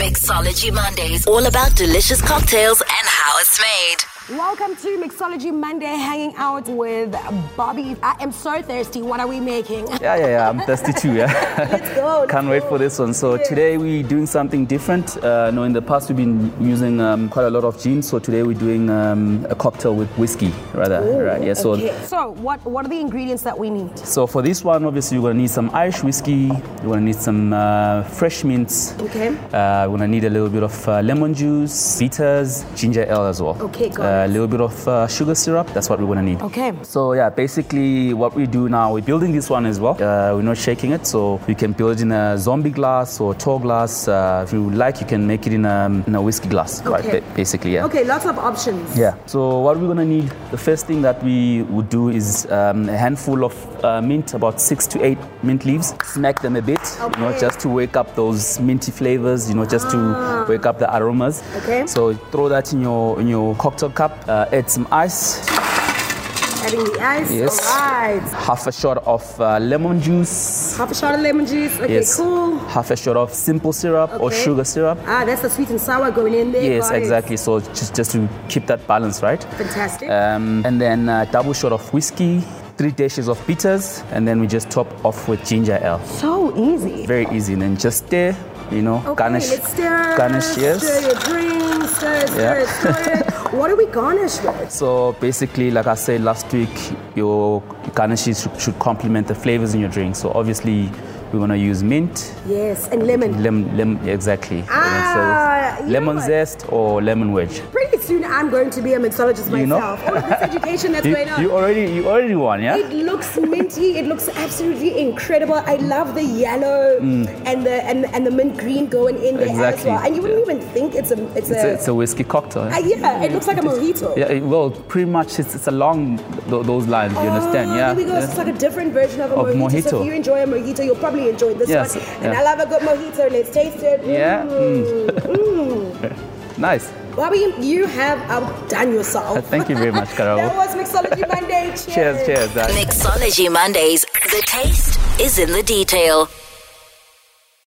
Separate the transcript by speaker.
Speaker 1: Mixology Mondays, all about delicious cocktails and how it's made.
Speaker 2: Welcome to Mixology Monday, hanging out with Bobby. I am so thirsty. What are we making?
Speaker 3: Yeah, yeah, yeah. I'm thirsty too. Yeah.
Speaker 2: Let's go.
Speaker 3: Can't wait for this one. So today we're doing something different. Uh, no, in the past we've been using um, quite a lot of gin. So today we're doing um, a cocktail with whiskey, rather. right? Yeah. So,
Speaker 2: Okay. So, what what are the ingredients that we need?
Speaker 3: so for this one, obviously you're gonna need some Irish whiskey. You're gonna need some uh, fresh mints.
Speaker 2: Okay.
Speaker 3: Uh, we're gonna need a little bit of uh, lemon juice, bitters, ginger ale as well.
Speaker 2: Okay, got
Speaker 3: A
Speaker 2: it.
Speaker 3: little bit of uh, sugar syrup. That's what we're gonna need.
Speaker 2: Okay.
Speaker 3: So yeah, basically what we do now, we're building this one as well. Uh, we're not shaking it, so you can build it in a zombie glass or tall glass. Uh, if you like, you can make it in a, in a whiskey glass,
Speaker 2: Okay.
Speaker 3: right? ba- Basically, yeah.
Speaker 2: Okay, lots of options.
Speaker 3: Yeah. So what we're gonna need, the first thing that we would do is um, a handful of uh, mint, about six to eight mint leaves. Smack them a bit, you know,
Speaker 2: Okay.
Speaker 3: just to wake up those minty flavors, you know, just to wake up the aromas.
Speaker 2: Ah. Okay.
Speaker 3: So throw that in your in your cocktail cup. Uh, add some ice.
Speaker 2: Adding the ice.
Speaker 3: Yes.
Speaker 2: All right.
Speaker 3: Half a shot of uh, lemon juice.
Speaker 2: Half a shot of lemon juice. Okay,
Speaker 3: yes.
Speaker 2: cool.
Speaker 3: Half a shot of simple syrup or
Speaker 2: Okay.
Speaker 3: sugar syrup.
Speaker 2: Ah, that's the sweet and sour going in there.
Speaker 3: Yes,
Speaker 2: Got it.
Speaker 3: exactly. So just just to keep that balance, right?
Speaker 2: Fantastic.
Speaker 3: Um, and then uh, double shot of whiskey, three dashes of bitters, and then we just top off with ginger ale.
Speaker 2: so easy.
Speaker 3: Very easy. And then just stir, you know,
Speaker 2: Okay,
Speaker 3: garnish.
Speaker 2: Let's stir,
Speaker 3: garnish, yes.
Speaker 2: Stir your drink, stir, stir,
Speaker 3: Yeah.
Speaker 2: stir it. What do we garnish with?
Speaker 3: So basically, like I said last week, your garnishes should, should complement the flavors in your drink. So obviously, we want to use mint,
Speaker 2: Yes, and lemon.
Speaker 3: lemon, lemon exactly.
Speaker 2: Ah,
Speaker 3: So
Speaker 2: you know
Speaker 3: lemon
Speaker 2: what?
Speaker 3: zest or lemon wedge.
Speaker 2: Pretty soon, I'm going to be a mixologist
Speaker 3: You know?
Speaker 2: myself. All of this education that's
Speaker 3: You,
Speaker 2: going on.
Speaker 3: you already, you already won, yeah.
Speaker 2: It looks minty. It looks absolutely incredible. I love the yellow and the and, and the mint green going in there as
Speaker 3: Mm. Exactly.
Speaker 2: well. And you wouldn't
Speaker 3: Yeah.
Speaker 2: even think it's a it's,
Speaker 3: It's
Speaker 2: a,
Speaker 3: a, it's a whiskey cocktail.
Speaker 2: uh, yeah. It looks like a mojito.
Speaker 3: Yeah, it- well, pretty much it's, it's along th- those lines. You understand?
Speaker 2: Oh,
Speaker 3: Yeah.
Speaker 2: There we go. So It's
Speaker 3: yeah.
Speaker 2: like a different version of a
Speaker 3: Of
Speaker 2: mojito. So
Speaker 3: mojito.
Speaker 2: if you enjoy a mojito, you'll probably enjoy this
Speaker 3: Yes,
Speaker 2: one. And
Speaker 3: yeah.
Speaker 2: I love a good mojito. Let's taste it.
Speaker 3: Yeah, mm.
Speaker 2: Mm. Mm.
Speaker 3: Nice.
Speaker 2: Bobby, you have outdone yourself.
Speaker 3: Uh, Thank you very much,
Speaker 2: That
Speaker 3: Carol.
Speaker 2: was Mixology Monday.
Speaker 3: cheers, cheers. guys.
Speaker 1: Mixology Mondays, the taste is in the detail.